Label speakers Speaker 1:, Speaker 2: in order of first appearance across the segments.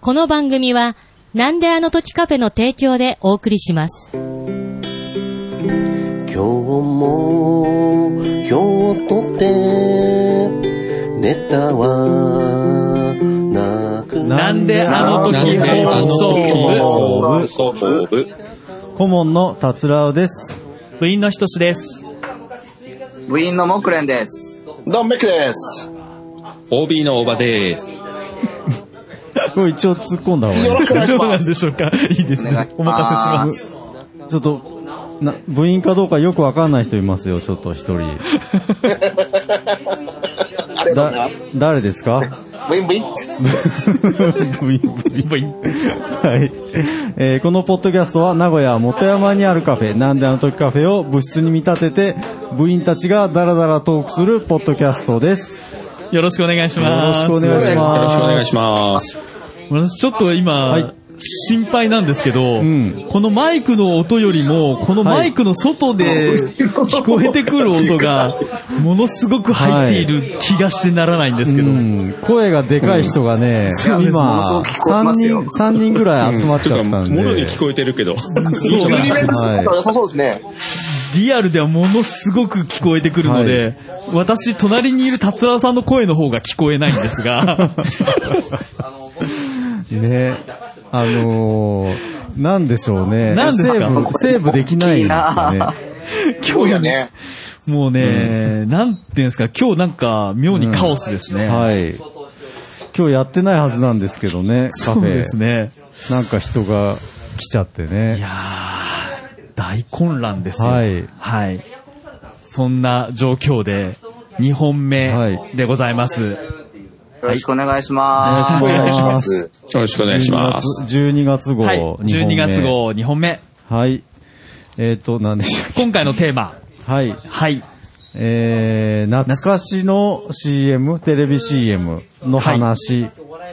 Speaker 1: この番組は、なんであの時カフェの提供でお送りします。
Speaker 2: 今日も今日とてネタはなく
Speaker 3: なんであの時放送部
Speaker 4: 顧問の達郎です。
Speaker 3: 部員のひとしです。
Speaker 5: 部員のモクレンです。
Speaker 6: ドンベックです。
Speaker 7: OB のおばです。
Speaker 4: これ一応突っ込んだ方がいい。
Speaker 3: どうなんでしょうかいいですね
Speaker 5: お願いし。ます
Speaker 3: お任せします。
Speaker 4: ちょっと、な、部員かどうかよくわかんない人いますよ、ちょっと一人。だ、誰ですか
Speaker 6: ブインブイン。
Speaker 4: 部員、部員、部員。はい。えーこのポッドキャストは名古屋元山にあるカフェ、なんであの時カフェを部室に見立てて、部員たちがダラダラトークするポッドキャストです。
Speaker 3: よろしくお願いし
Speaker 4: よろ
Speaker 3: ます。
Speaker 4: しくお願いし
Speaker 7: よろしくお
Speaker 4: ま
Speaker 7: 願いします。
Speaker 3: 私ちょっと今、
Speaker 4: はい
Speaker 3: 心配なんですけど、
Speaker 4: ん
Speaker 3: このマイクの音よりも、このマイクの外で聞こえてくる音が、ものすごく入っている気がしてならないんです
Speaker 4: す。
Speaker 3: け
Speaker 4: う
Speaker 3: ど。
Speaker 4: ん、声がでかい人がね、
Speaker 3: うですも
Speaker 4: 今
Speaker 5: のすごく聞、こえ
Speaker 4: 三
Speaker 5: ますよ
Speaker 4: 人、三人ぐらい集まっちゃったんで。
Speaker 7: もろに聞こえてるけど。
Speaker 3: そうなんです
Speaker 6: メンバー
Speaker 4: は
Speaker 6: 良さそうですね。
Speaker 3: リアルではものすごく聞こえてくるので、私、隣にいる達郎さんの声の方が聞こえないんですが、
Speaker 4: い。ね。あのー、なんでしょうね。
Speaker 3: なんですか
Speaker 4: セーブ、セーブできないんですよね。
Speaker 6: 今日やね。
Speaker 3: もうね、なんていうんですか、今日なんか妙にカオスですね。
Speaker 4: はい。今日やってないはずなんですけどね、カ
Speaker 3: そ
Speaker 4: フ
Speaker 3: う
Speaker 4: ェ。
Speaker 3: ですね。
Speaker 4: なんか人が来ちゃって
Speaker 3: い
Speaker 4: ね。
Speaker 3: やー、大混乱ですよ。
Speaker 4: はい
Speaker 3: はい。そんな状況で、2本目
Speaker 4: は
Speaker 3: でございます。
Speaker 5: よろしくお願いします。
Speaker 6: お願いします。
Speaker 7: よろしくお願いします。
Speaker 4: 12月号、
Speaker 3: はい。
Speaker 4: 二本
Speaker 3: 12
Speaker 4: 目
Speaker 3: 月。号2本目。
Speaker 4: はい。えっ、と、何でしたっ
Speaker 3: 今回のテーマ。
Speaker 4: け。はい。
Speaker 3: はい。
Speaker 4: えー、懐かしの CM、テレビ CM の話、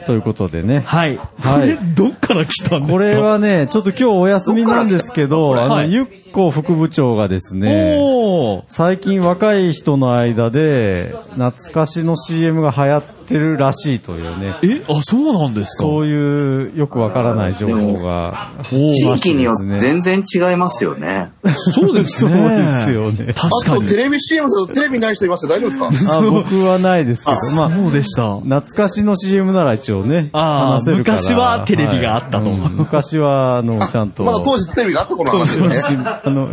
Speaker 4: ということでね。
Speaker 3: はい。
Speaker 4: はい
Speaker 3: どっから来たんですか
Speaker 4: これ、はね、ちょっと今日お休みなんですけど、あの、
Speaker 3: はい
Speaker 4: ゆっこ副部長がですね、
Speaker 3: おー。
Speaker 4: 最近若い人の間で、懐かしの CM が流行ってるらしいというね、
Speaker 3: え、あ、そうなんですか
Speaker 4: そういうよくわからない情報が、
Speaker 5: 地
Speaker 4: 地
Speaker 5: 域によって全然違いますよね。
Speaker 3: そうですね。
Speaker 4: そうですよね
Speaker 3: 確
Speaker 6: あ
Speaker 3: か
Speaker 6: とテ
Speaker 3: に。
Speaker 6: レビ CM ですけどテレビない人いますよ。大丈夫ですか
Speaker 4: あ僕はないですけど、まあ、
Speaker 3: そう でした。
Speaker 4: 懐かしの CM なら一応ね、
Speaker 3: あー
Speaker 4: 話せるから
Speaker 3: 昔はテレビがあったと
Speaker 4: いうん昔は、あの、ちゃんと。
Speaker 6: まだ当時テレビがあった頃の話だよね。
Speaker 4: あの、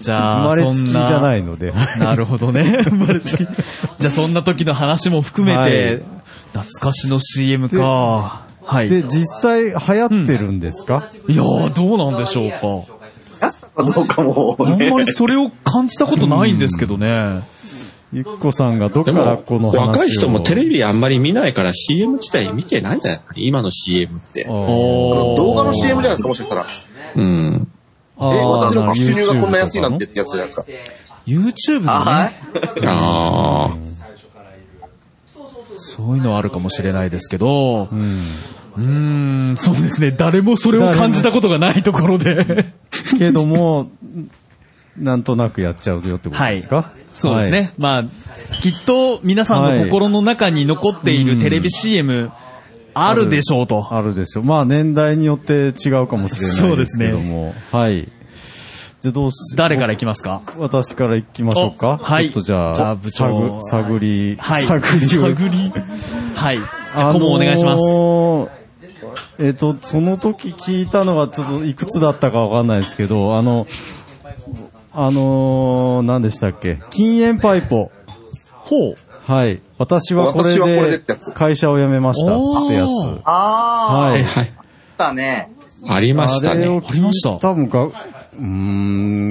Speaker 3: じ
Speaker 4: 生
Speaker 3: ゃ
Speaker 4: ま
Speaker 3: あ、
Speaker 4: れ
Speaker 3: そ
Speaker 4: つ
Speaker 3: ん
Speaker 4: きじゃない
Speaker 3: な。
Speaker 4: ので。
Speaker 3: なるほどね。生まれつき。じゃあ、そんな時の話も含めて、懐かしの CM か。はい。
Speaker 4: で、実際流行ってるんですか、
Speaker 3: いやー、どうなんでしょうか。
Speaker 5: どうかも
Speaker 3: あんまりそれを感じたことないんですけどね。
Speaker 4: ゆっこさんがどっ
Speaker 7: で
Speaker 4: から
Speaker 7: も
Speaker 4: この、話を
Speaker 7: 若い人もテレビあんまり見ないから CM 自体見てないんじゃない今の CM って。
Speaker 4: おー
Speaker 6: 動画の CM じゃないですか、もしかしたら。
Speaker 7: うん。
Speaker 4: あー
Speaker 6: え、私の収入がこんな安いなんて
Speaker 4: YouTube
Speaker 6: ってやつじゃないですか。
Speaker 3: YouTube
Speaker 5: あ、
Speaker 3: の
Speaker 5: は
Speaker 3: ね、
Speaker 5: い。
Speaker 7: ああ。
Speaker 3: そういうのはあるかもしれないですけど、
Speaker 4: とかね
Speaker 3: うーん、そうですね。誰もそれを感じたことがないところで。
Speaker 4: うん。けども、なんとなくやっちゃうよってこと
Speaker 3: は
Speaker 4: で
Speaker 3: い
Speaker 4: すか、。
Speaker 3: そうです
Speaker 4: はい
Speaker 3: ね。まあ、きっと皆さんの心の中に残っているテレビ CM あるでしょうと。
Speaker 4: あるでしょう。まあ年代によって違うかもしれないですけども。はい。じゃあどうす
Speaker 3: 誰からいきますか
Speaker 4: 私から行きましょうか。
Speaker 3: おは
Speaker 4: ちょ
Speaker 3: い
Speaker 4: っとじゃあ、
Speaker 3: じゃあ部長
Speaker 4: 探探り、
Speaker 3: はい。
Speaker 4: 探りを
Speaker 3: 探り。はい。じゃあ、顧問お願いします。
Speaker 4: す。えっ、と、その時聞いたのがちょっといくつだったかわかんないですけど、あの、あのー、何でしたっけ禁煙パイポ。
Speaker 3: ほう。
Speaker 4: はい。私はこれ
Speaker 6: 私はこれで
Speaker 4: で
Speaker 6: ってやつ
Speaker 4: 会社を辞めましたってやつ。
Speaker 3: おー
Speaker 5: あ
Speaker 4: は
Speaker 7: はいい。はい。
Speaker 5: ー、だね。
Speaker 7: ありました
Speaker 4: あれ
Speaker 7: ね
Speaker 4: を。
Speaker 3: あり
Speaker 4: 聞
Speaker 3: ました
Speaker 4: いたのが、うー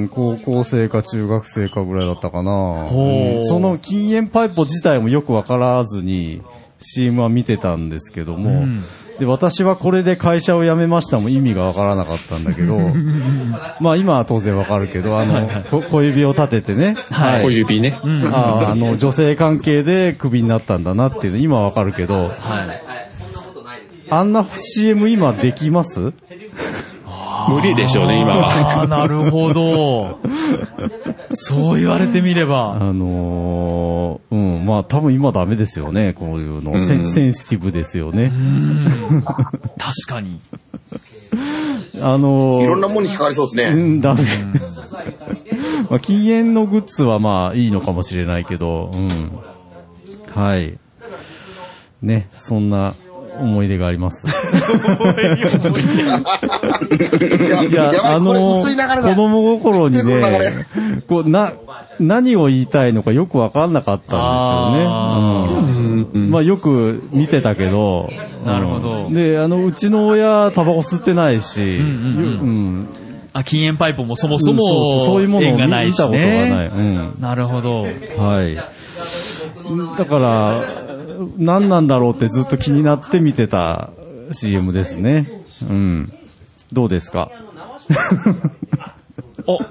Speaker 4: ん、高校生か中学生かぐらいだったかな。
Speaker 3: ほう
Speaker 4: その禁煙パイプ自体もよくわからずに CM は見てたんですけども、
Speaker 3: うん
Speaker 4: で、私はこれで会社を辞めましたも意味がわからなかったんだけ ど、まあ今は当然わかるけど、あの、こ小指を立ててね、
Speaker 3: はい
Speaker 7: 小指ね。
Speaker 4: あーあの、女性関係でクビになったんだなっていうの今わかるけど、あんな CM 今できます
Speaker 7: 無理でしょうね、今は。
Speaker 3: あーなるほど。そう言われてみれば。
Speaker 4: あのー、うん、まあ多分今ダメですよね、こういうの。
Speaker 7: うん
Speaker 4: センセンシティブですよね。
Speaker 3: 確かに。
Speaker 4: あのー、
Speaker 6: いろんなものに惹かれそうです
Speaker 4: う
Speaker 6: ね。
Speaker 4: ん、ダメ。 まあ、禁煙のグッズはまあいいのかもしれないけど、うん。はい。ね、そんな思い出があります。
Speaker 6: いや、
Speaker 4: いや、
Speaker 6: やば
Speaker 4: あ
Speaker 6: い、こ
Speaker 4: の
Speaker 6: れ薄い流れ
Speaker 4: ー、子
Speaker 6: だ。
Speaker 4: 供心に
Speaker 6: この流
Speaker 4: ね、こう、な、何を言いたいのかよくわかんなかったんです
Speaker 3: あ
Speaker 4: よね。うん。まあよく見てたけど。
Speaker 3: なるほど
Speaker 4: うんで、あの、うちの親、タバコ吸ってないし、
Speaker 3: うんうんう
Speaker 4: うん
Speaker 3: あ、禁煙パイプもそもそ
Speaker 4: うんそうそう
Speaker 3: も、
Speaker 4: そういうものを
Speaker 3: 縁
Speaker 4: 見
Speaker 3: がない
Speaker 4: 見
Speaker 3: した
Speaker 4: ことがない。
Speaker 3: ね。
Speaker 4: うん。
Speaker 3: なるほど。
Speaker 4: はい。だから、何なんだろうってずっと気になって見てた CM ですね。うん。どうですか
Speaker 3: あ、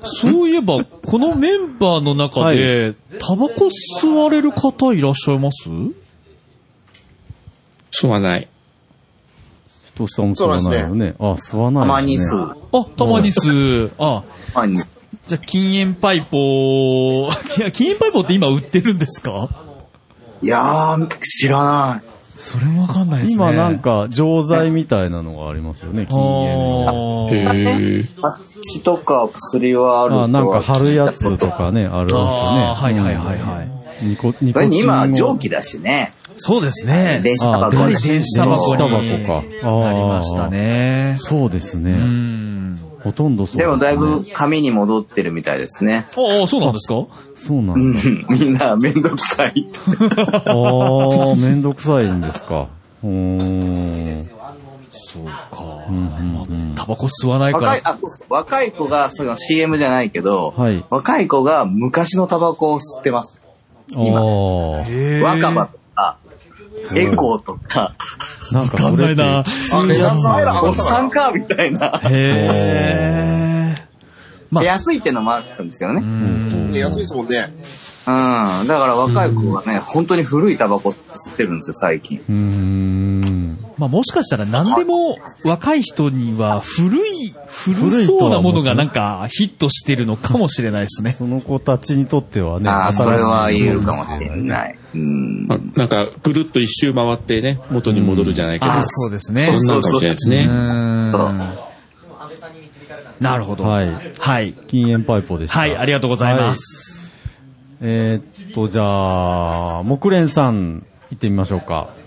Speaker 3: そういえ ば、このメンバーの中で、タバコ吸われる方いらっしゃいます
Speaker 7: 吸わない。
Speaker 4: 人下も吸わないよね。あ、吸わない、
Speaker 5: た
Speaker 4: ね。
Speaker 5: まに吸う。
Speaker 3: あ、たまに吸う。あ、
Speaker 5: たまに。
Speaker 3: じゃあ禁煙パイプを、 いや、禁煙パイプって今売ってるんですか
Speaker 5: いやー、知らない。
Speaker 3: それもわかんないですね。
Speaker 4: 今なん
Speaker 3: か、
Speaker 4: か、錠剤みたいなのがありますよね、禁煙の。
Speaker 7: へえ。
Speaker 5: 血とか薬はあるとは
Speaker 4: あ、なんか貼るやつとか ね、あるんですよね。
Speaker 3: あーはいはいはいはい
Speaker 4: い。ニコ、ニコ
Speaker 5: それに
Speaker 4: チンを
Speaker 5: 今、蒸気だしね。
Speaker 3: そうですね。
Speaker 5: 電子タ
Speaker 4: あ
Speaker 5: バ
Speaker 4: ー
Speaker 5: コだ
Speaker 3: 大
Speaker 5: し
Speaker 3: 電子タバコに
Speaker 4: 電子タバコか
Speaker 3: なりましたね。
Speaker 4: そうです
Speaker 3: う
Speaker 4: ね。
Speaker 3: ん。
Speaker 4: ほとんどそう
Speaker 5: でもだい
Speaker 4: すね
Speaker 5: ぶ紙に戻ってるみたいですね。
Speaker 3: ああ、そうなんですか
Speaker 4: そうな
Speaker 5: うん
Speaker 4: だ。
Speaker 5: ん、みんなめんどくさいって。
Speaker 4: あ あ、めんどくさいんですか。うーん。
Speaker 3: そう
Speaker 4: うん
Speaker 3: か。
Speaker 4: うん
Speaker 3: タバコ吸わないか
Speaker 5: 若
Speaker 3: ら
Speaker 5: い、。あ、そうそう若い子が、その CM じゃないけど、
Speaker 4: はい
Speaker 5: 若い子が昔のタバコを吸ってます。
Speaker 4: うん、ああ。
Speaker 3: へー
Speaker 5: 若葉とか、エコーとか、
Speaker 4: なんか
Speaker 3: わか
Speaker 4: そ
Speaker 3: んな
Speaker 4: れっ
Speaker 3: い
Speaker 4: て、
Speaker 3: な。
Speaker 6: あ、値段が上が
Speaker 5: お
Speaker 6: っ
Speaker 5: ったさ
Speaker 6: か
Speaker 5: んか、みたいな。
Speaker 3: へー。まあ
Speaker 5: 安いってのもあるんですけどね。うん。
Speaker 6: ら。ね安いですもんね。
Speaker 5: だから若い子がね、本当に古いタバコ吸ってるんですよ、最近。
Speaker 4: うーん。
Speaker 3: まあもしかしたら何でも若い人には古い、古そうなものがなんかヒットしてるのかもしれないですね。
Speaker 4: その子たちにとってはね、
Speaker 5: ああ、それは
Speaker 4: 新しい
Speaker 5: 言えるかもしれない。うん。
Speaker 7: あなんか、ぐるっと一周回ってね、元に戻るじゃないけど。
Speaker 3: ああ、そうですね。
Speaker 7: そんなのかもしれないですね
Speaker 3: う。ーん
Speaker 5: そ
Speaker 3: なるほど。
Speaker 4: はい
Speaker 3: はい。
Speaker 4: 禁煙パイプでした。
Speaker 3: はい、ありがとうございます。
Speaker 4: えーっと、じゃあ、木蓮さん、行ってみましょうか。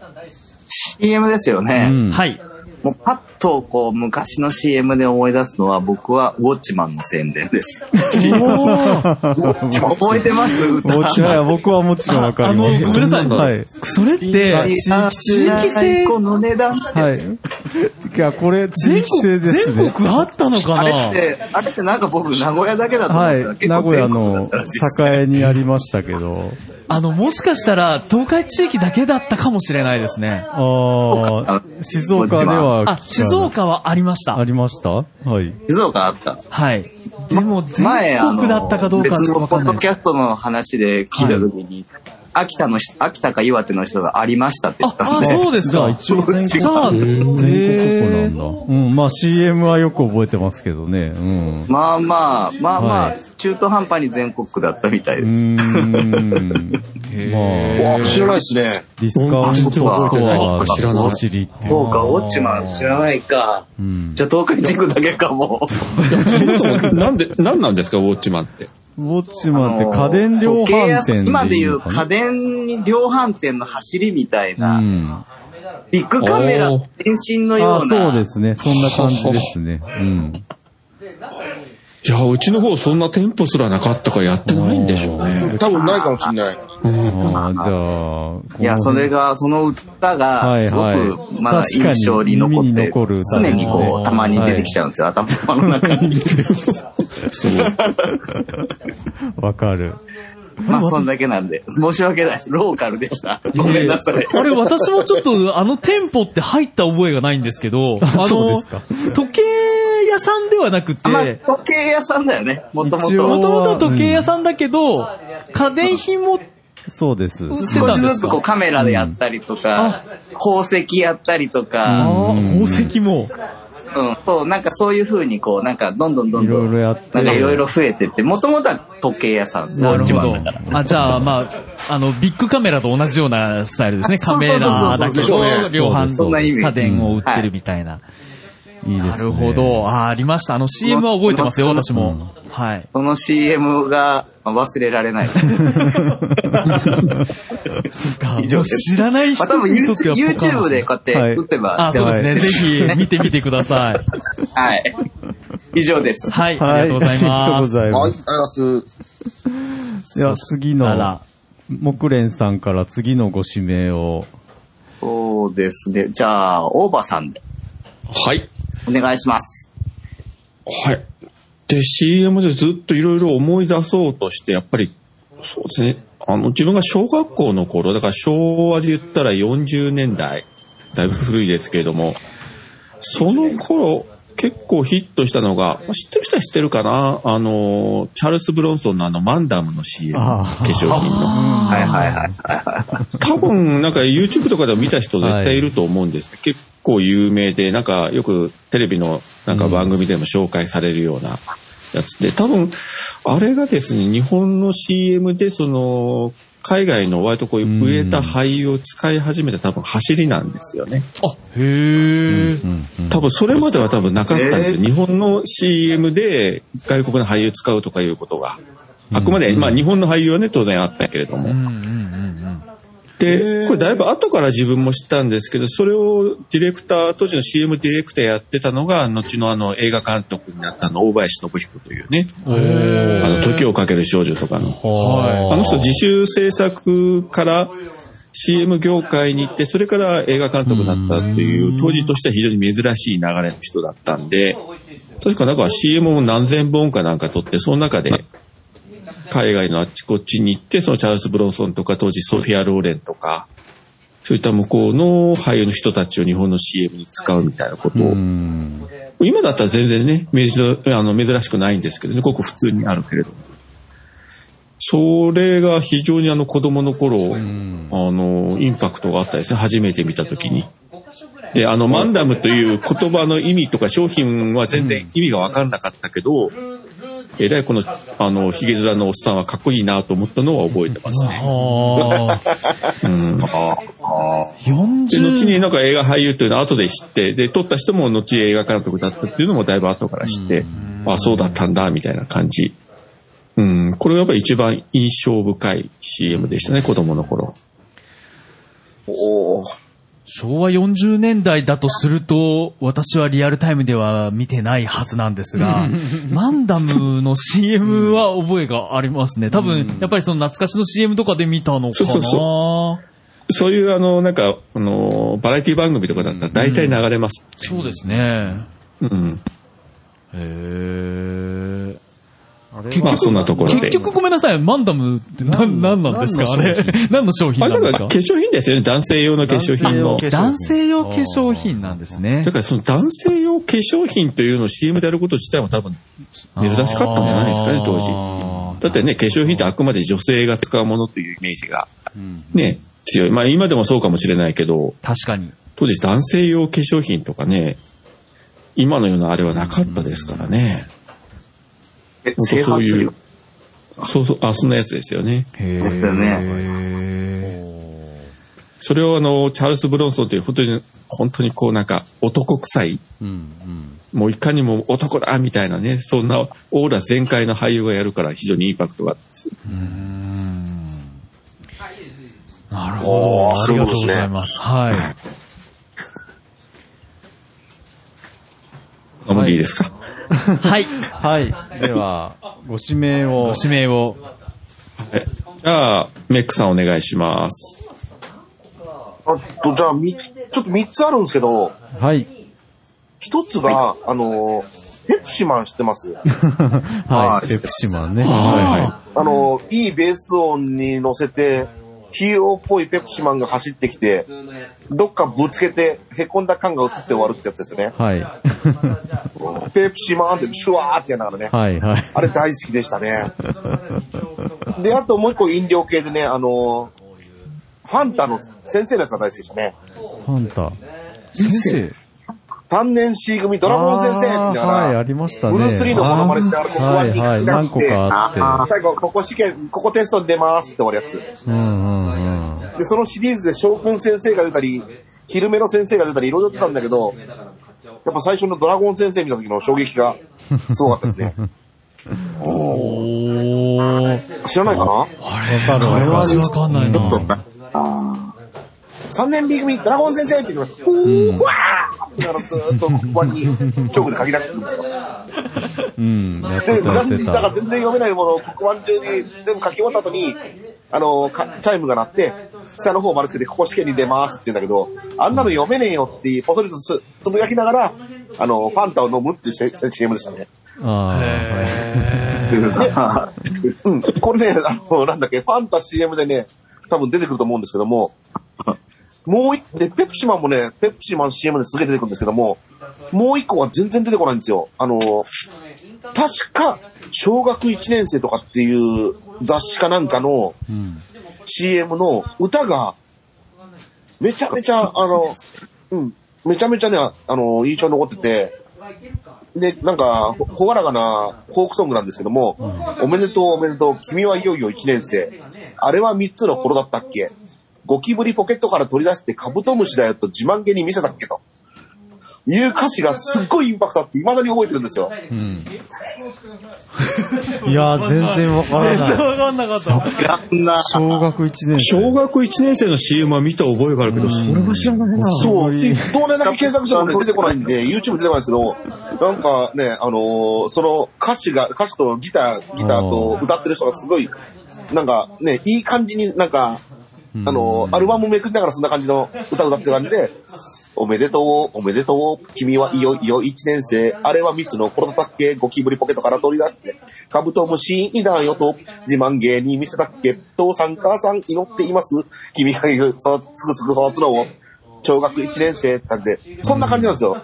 Speaker 5: CM ですよ
Speaker 4: う
Speaker 5: ね。
Speaker 4: ん。
Speaker 3: はい。
Speaker 5: もうパッとこう昔の CM で思い出すのは僕はウォッチマンの宣伝です。覚えてます歌
Speaker 4: もちろん、僕はもちろんわか
Speaker 3: あ
Speaker 4: り
Speaker 3: の、
Speaker 4: ま
Speaker 3: ご
Speaker 4: す。
Speaker 3: めんなさい。
Speaker 4: はい。
Speaker 3: それって、地
Speaker 5: あ
Speaker 3: 域性、
Speaker 5: この値段
Speaker 4: はい。いや、これ、地
Speaker 3: 全
Speaker 4: 域性
Speaker 3: 国、
Speaker 4: ですね。
Speaker 3: 全国あったのか
Speaker 5: あれ
Speaker 3: な
Speaker 5: って、あれってなんか僕名古屋だけだと思ったら、
Speaker 4: はい。
Speaker 5: 結
Speaker 4: 名
Speaker 5: 構
Speaker 4: 古屋
Speaker 5: 全国だ
Speaker 4: の
Speaker 5: ったらしいです。
Speaker 4: 栄にありましたけど。
Speaker 3: あの、もしかしたら、東海地域だけだったかもしれないですね。
Speaker 4: ああ、静岡では聞かな
Speaker 3: あ
Speaker 4: い、
Speaker 3: 静岡はありまし
Speaker 4: あ
Speaker 3: た。
Speaker 4: りましたはい。
Speaker 5: 静岡あった。
Speaker 3: はい。でも、全
Speaker 5: 前、あの
Speaker 3: 国だったかどうかはちょっとわかんない
Speaker 5: 別のポッド
Speaker 3: で
Speaker 5: キ
Speaker 3: す。
Speaker 5: ャストの話で聞いた時に、秋田の人、秋田か岩手の人がありましたって言っ
Speaker 3: あ、
Speaker 5: たん
Speaker 3: あ、
Speaker 5: で、
Speaker 3: そうです
Speaker 4: じゃあ
Speaker 3: か。
Speaker 4: 一応全国
Speaker 3: じゃあ、
Speaker 4: 全国区な
Speaker 3: へ
Speaker 4: ん
Speaker 3: ー
Speaker 4: だ。うん、まあ CM はよく覚えてますけどね。うん。う
Speaker 5: まあまあ、まあま
Speaker 4: は
Speaker 5: あ、中途半端に全国区だったみたい
Speaker 4: ー
Speaker 5: です。
Speaker 4: ん。まあ、
Speaker 6: わ、知らないですね。
Speaker 4: ディスカウントストア
Speaker 7: 知らない
Speaker 4: お尻っていう。
Speaker 5: そうか、ウォッチマン知らないか。
Speaker 4: うん
Speaker 5: じゃあ東海地区だけかも。
Speaker 7: なんで、なんなんですか、ウォッチマンって。
Speaker 4: ウォッチマンって家電量販
Speaker 5: 時計屋さん
Speaker 4: 店
Speaker 5: 今で
Speaker 4: いい
Speaker 5: 言う
Speaker 4: のかな
Speaker 5: 家電に量販店の走りみたいな、
Speaker 4: うん。
Speaker 5: ビッグカメラの転身のよ
Speaker 4: あ
Speaker 5: う
Speaker 4: そう
Speaker 5: な
Speaker 4: で、すね。そんな感じですね。うん。
Speaker 7: いや、うちの方そんな店舗すらなかったからやってないんでしょう ね。
Speaker 6: 多分ないかもしれない。
Speaker 4: ああ、 じゃあこの。
Speaker 5: いや、それが、その歌が、すごく、まだ印象に残って、
Speaker 4: 確かに耳に残る歌で
Speaker 5: 常
Speaker 4: すね
Speaker 5: にこう、たまに出てきちゃうんですよ、頭の中 に。
Speaker 4: わかる。
Speaker 5: まあ、そんだけなんで。申し訳ないです。ローカルでした。ごめんなさい。
Speaker 3: あれ、私もちょっと、あの店舗って入った覚えがないんですけど、あ
Speaker 4: そう
Speaker 3: の
Speaker 4: ですか、
Speaker 3: 時計屋さんではなくて、
Speaker 5: まあ、
Speaker 3: も
Speaker 5: 時計屋さんだよね、もとも
Speaker 4: 一
Speaker 5: と。
Speaker 4: 応
Speaker 3: ともとは時計屋さんだけど、家電品も
Speaker 4: そうです。
Speaker 3: 売って
Speaker 5: 少
Speaker 3: た
Speaker 5: し
Speaker 3: んで
Speaker 5: ず
Speaker 3: す
Speaker 5: つこ
Speaker 3: か
Speaker 5: うカメラでやったりとか、宝石やったりとか、
Speaker 3: ああ、宝石も。
Speaker 5: うん、そう、なんかそういう風にこう、なんかどんどんどんど
Speaker 4: いろ
Speaker 5: ん、
Speaker 4: いろやって
Speaker 5: なんかいろいろ増えてって、もともとは時計屋さんです
Speaker 3: なるほ
Speaker 5: ウォッチマ
Speaker 3: ど
Speaker 5: ンだから。。
Speaker 3: あ、じゃあ、まあ、あの、ビッグカメラと同じようなスタイルですね。
Speaker 5: あ
Speaker 3: カメラだけ
Speaker 6: そう
Speaker 3: ど
Speaker 6: そうそうそう、
Speaker 3: 量販
Speaker 5: そんなイメー
Speaker 3: と
Speaker 5: ジ
Speaker 3: 家電を売ってるみたいな。
Speaker 4: いいですね。
Speaker 3: なるほ。ど。あー、ありました。あの CM は覚えてますよ、
Speaker 5: うん
Speaker 3: 私も。はい。
Speaker 5: その CM がまあ忘れられない。
Speaker 3: そっか
Speaker 5: 以上です
Speaker 3: 知らない
Speaker 5: ま
Speaker 3: 人
Speaker 5: あ多分
Speaker 3: にとっては
Speaker 5: YouTube でこうやって
Speaker 4: はい
Speaker 5: 打てば、
Speaker 3: あ、そうですね。ぜひ見てみてください。
Speaker 5: はい。 以上です。
Speaker 3: はい、
Speaker 4: はい、
Speaker 3: ありがとうござい
Speaker 4: ありがとう
Speaker 3: ま
Speaker 4: ご
Speaker 3: す。
Speaker 4: ざい
Speaker 6: はい、あ
Speaker 4: ま
Speaker 6: りがとうございます。
Speaker 4: す。では、次
Speaker 3: あ
Speaker 4: の
Speaker 3: ら、
Speaker 4: 木蓮さんから次のご指名を。
Speaker 5: そうですね。じゃあ、大場さんで
Speaker 7: はい。
Speaker 5: お願いします。
Speaker 7: はい。で、CM でずっといろいろ思い出そうとして、やっぱり、そうですね。あの、自分が小学校の頃、だから昭和で言ったら40年代、だいぶ古いですけれども、その頃、結構ヒットしたのが、まあ知ってる人は知ってるかなあの、チャールズ・ブロンソンのあの、マンダムの CM、化
Speaker 4: あー
Speaker 7: 粧品の。
Speaker 5: はいはいはい。
Speaker 7: 多分なんか YouTube とかでも見た人絶対いると思うんです、結構有名でなんかよくテレビのなんか番組でも紹介されるようなやつで、多分あれがですね日本の CM でその海外の割とこう植えた灰を使い始めた多分走りなんですよね。
Speaker 3: へー。
Speaker 7: 多分それまでは多分なかったんですよ。日本の CM で外国の俳優使うとかいうことが。あくまで、まあ日本の俳優はね、当然あったけれども。
Speaker 3: うんうんうん
Speaker 7: で、これだいぶ後から自分も知ったんですけど、それをディレクター、当時の CM ディレクターやってたのが、後のあの映画監督になったあの大林信彦というね、
Speaker 3: うん。へ
Speaker 7: あの時をかける少女とかの。
Speaker 3: は
Speaker 7: あの人自主制作から CM 業界に行って、それから映画監督になったっていう、当時としては非常に珍しい流れの人だったんで、確かなんか CM を何千本かなんか撮って、その中で海外のあっちこっちに行って、そのチャールズ・ブロンソンとか当時ソフィア・ローレンとか、そういった向こうの俳優の人たちを日本の CM に使うみたいなことを、
Speaker 4: うん。
Speaker 7: 今だったら全然ね、珍あの珍しくないんですけどね、ごく普通にあるけれども。それが非常にあの子供の頃、あの、インパクトがあったですね、初めて見た時に。で、あの、マンダムという言葉の意味とか商品は全然意味がわからなかったけど、えらいこの、あの、ヒゲ面のおっさんはかっこいいなと思ったのは覚えてますね。
Speaker 3: ー。あー。
Speaker 7: うん。で、
Speaker 3: 40
Speaker 7: 後になんか映画俳優というのは後で知って、で、撮った人も後映画監督だったっていうのもだいぶ後から知って、あ、そうだったんだ、みたいな感じ。うん、これがやっぱり一番印象深い CM でしたね、子供の頃。
Speaker 6: おお。
Speaker 3: 昭和40年代だとすると、私はリアルタイムでは見てないはずなんで すが、マンダムの CM は覚えがありますね。多分、やっぱりその懐かしの CM とかで見たのかな。
Speaker 7: そうそう
Speaker 3: そ
Speaker 7: そういうあの、なんか、あの、バラエティ番組とかだったら大体流れます。
Speaker 3: うですね。
Speaker 7: うん。
Speaker 3: へー
Speaker 7: まあそんなところで。
Speaker 3: 結局ごめんなさい、マンダムって何なんなんですかあれ。 何の商
Speaker 7: あ
Speaker 3: 品な
Speaker 7: れ
Speaker 3: ん
Speaker 7: だ
Speaker 3: です
Speaker 7: から
Speaker 3: か
Speaker 7: 化粧品ですよね、男性用の化粧品の。
Speaker 3: 男性用化粧品なんですね
Speaker 7: だ。からその男性用化粧品というのを CM でやること自体も多分珍しかったんじゃないですかね、当時。だってね、化粧品ってあくまで女性が使うものというイメージが、ね、強い。まあ今でもそうかもしれないけど、
Speaker 3: 確かに。
Speaker 7: 当時男性用化粧品とかね、今のようなあれはなかったですからね。
Speaker 5: え
Speaker 7: ほんとそう
Speaker 5: 整髪
Speaker 7: いう
Speaker 5: 料。。
Speaker 7: そうそう、あ、そんなやつですよね。
Speaker 3: へ
Speaker 5: そうだよ
Speaker 7: それをあの、チャールズ・ブロンソンという本当に、本当にこうなんか男臭い、もういかにも男だみたいなね、そんなオーラ全開の俳優がやるから非常にインパクトがあったんです。
Speaker 3: なるほど。ありがとうございます。はい。
Speaker 7: 飲んでいいですか、
Speaker 3: はい。
Speaker 4: はい。では、ご指名を。
Speaker 3: 指名を。
Speaker 7: はい、じゃあ、メックさんお願いします。
Speaker 6: あと、じゃあ、み、ちょっと3つあるんですけど、
Speaker 4: はい。
Speaker 6: 1つが、あの、ペプシマン知ってます
Speaker 4: は。
Speaker 5: はいい
Speaker 4: ペプシマンね。
Speaker 7: は
Speaker 6: あの、いいベース音に乗せて、ヒーローっぽいペプシマンが走ってきて、どっかぶつけて、凹んだ感が映って終わるってやつですよね。
Speaker 4: はい。
Speaker 6: ペプシマンってシュワーってやりながらね。
Speaker 4: はい、はい。
Speaker 6: あれ大好きでしたね。で、あともう一個飲料系でね、あの、ファンタの先生のやつが大好きでしたね。
Speaker 4: ファンタ。
Speaker 3: 先生
Speaker 6: 3年 C 組ドラゴン先生って言いなが
Speaker 4: はい、あ
Speaker 6: ら、
Speaker 4: りましたね。
Speaker 6: ブルース・リーのモノマネしながら、ここは
Speaker 4: はいはい、何個かあっ
Speaker 6: 最後、ここ試験、ここテストに出ますって終わるやつ。
Speaker 4: て。うんうんうん。
Speaker 6: で、そのシリーズで将軍先生が出たり、昼目の先生が出たり、いろいろ出たんだけど、やっぱ最初のドラゴン先生見た時の衝撃がすごかったです ね。
Speaker 3: おー。
Speaker 6: 知らないかな
Speaker 3: あれ、これはわかんないな。
Speaker 6: 3年 B 組、ドラゴン先生って言ってます。ふーわーってながらずーっと不安に、チョークで書き出してるんですよ。
Speaker 4: うん、やって
Speaker 6: で、
Speaker 4: た
Speaker 6: な
Speaker 4: やっ
Speaker 6: ん
Speaker 4: て
Speaker 6: だから
Speaker 4: た。
Speaker 6: 全然読めないものを黒板中に全部書き終わった後に、あの、かチャイムが鳴って、下の方を丸つけて、ここ試験に出ますって言うんだけど、あんなの読めねえよって、ポソリとつつぶやきながら、あの、ファンタを飲むっていうシェ CM でしたね。
Speaker 4: あーはい
Speaker 3: へ
Speaker 6: で うん、これね、あの、なんだっけ、ファンタ CM でね、多分出てくると思うんですけども、もう一で、ペプシマンもね、ペプシマン CM ですげえ出てくるんですけども、もう一個は全然出てこないんですよ。あの、確か、小学1年生とかっていう雑誌かなんかの CM の歌が、めちゃめちゃ、あの、うん、めちゃめちゃね、あの、印象に残ってて、で、なんか、ほほがらかなフォークソングなんですけども、おめでとうおめでとう、君はいよいよ1年生。あれは3つの頃だったっけゴキブリポケットから取り出してカブトムシだよと自慢げに見せたっけと。いう歌詞がすっごいインパクトあって未だに覚えてるんですよ。
Speaker 4: いやー、全然わから
Speaker 3: 全然
Speaker 4: ない。
Speaker 3: わかんなかった。
Speaker 5: あんな、
Speaker 4: 小学1年生。
Speaker 7: 小学1年生の CM は見た覚えがあるけど、それは知らないな。
Speaker 6: そう。で当年だけ検索してもね出てこないん で、YouTube 出てこないんですけど、なんかね、あのーその歌詞が、歌詞とギター、ギターと歌ってる人がすごい、なんかね、いい感じになんか、あのーアルバムめくりながらそんな感じの歌歌ってる感じで、おめでとう、おめでとう、君はいよいよ1年生、あれは蜜の頃だったっけ、ゴキブリポケットから取り出して、カブトムシいだよと、自慢げに見せたっけ、父さん母さん祈っています、君がいる、そ、つくつく育つのを、小学1年生って感じで、そんな感じなんですよ。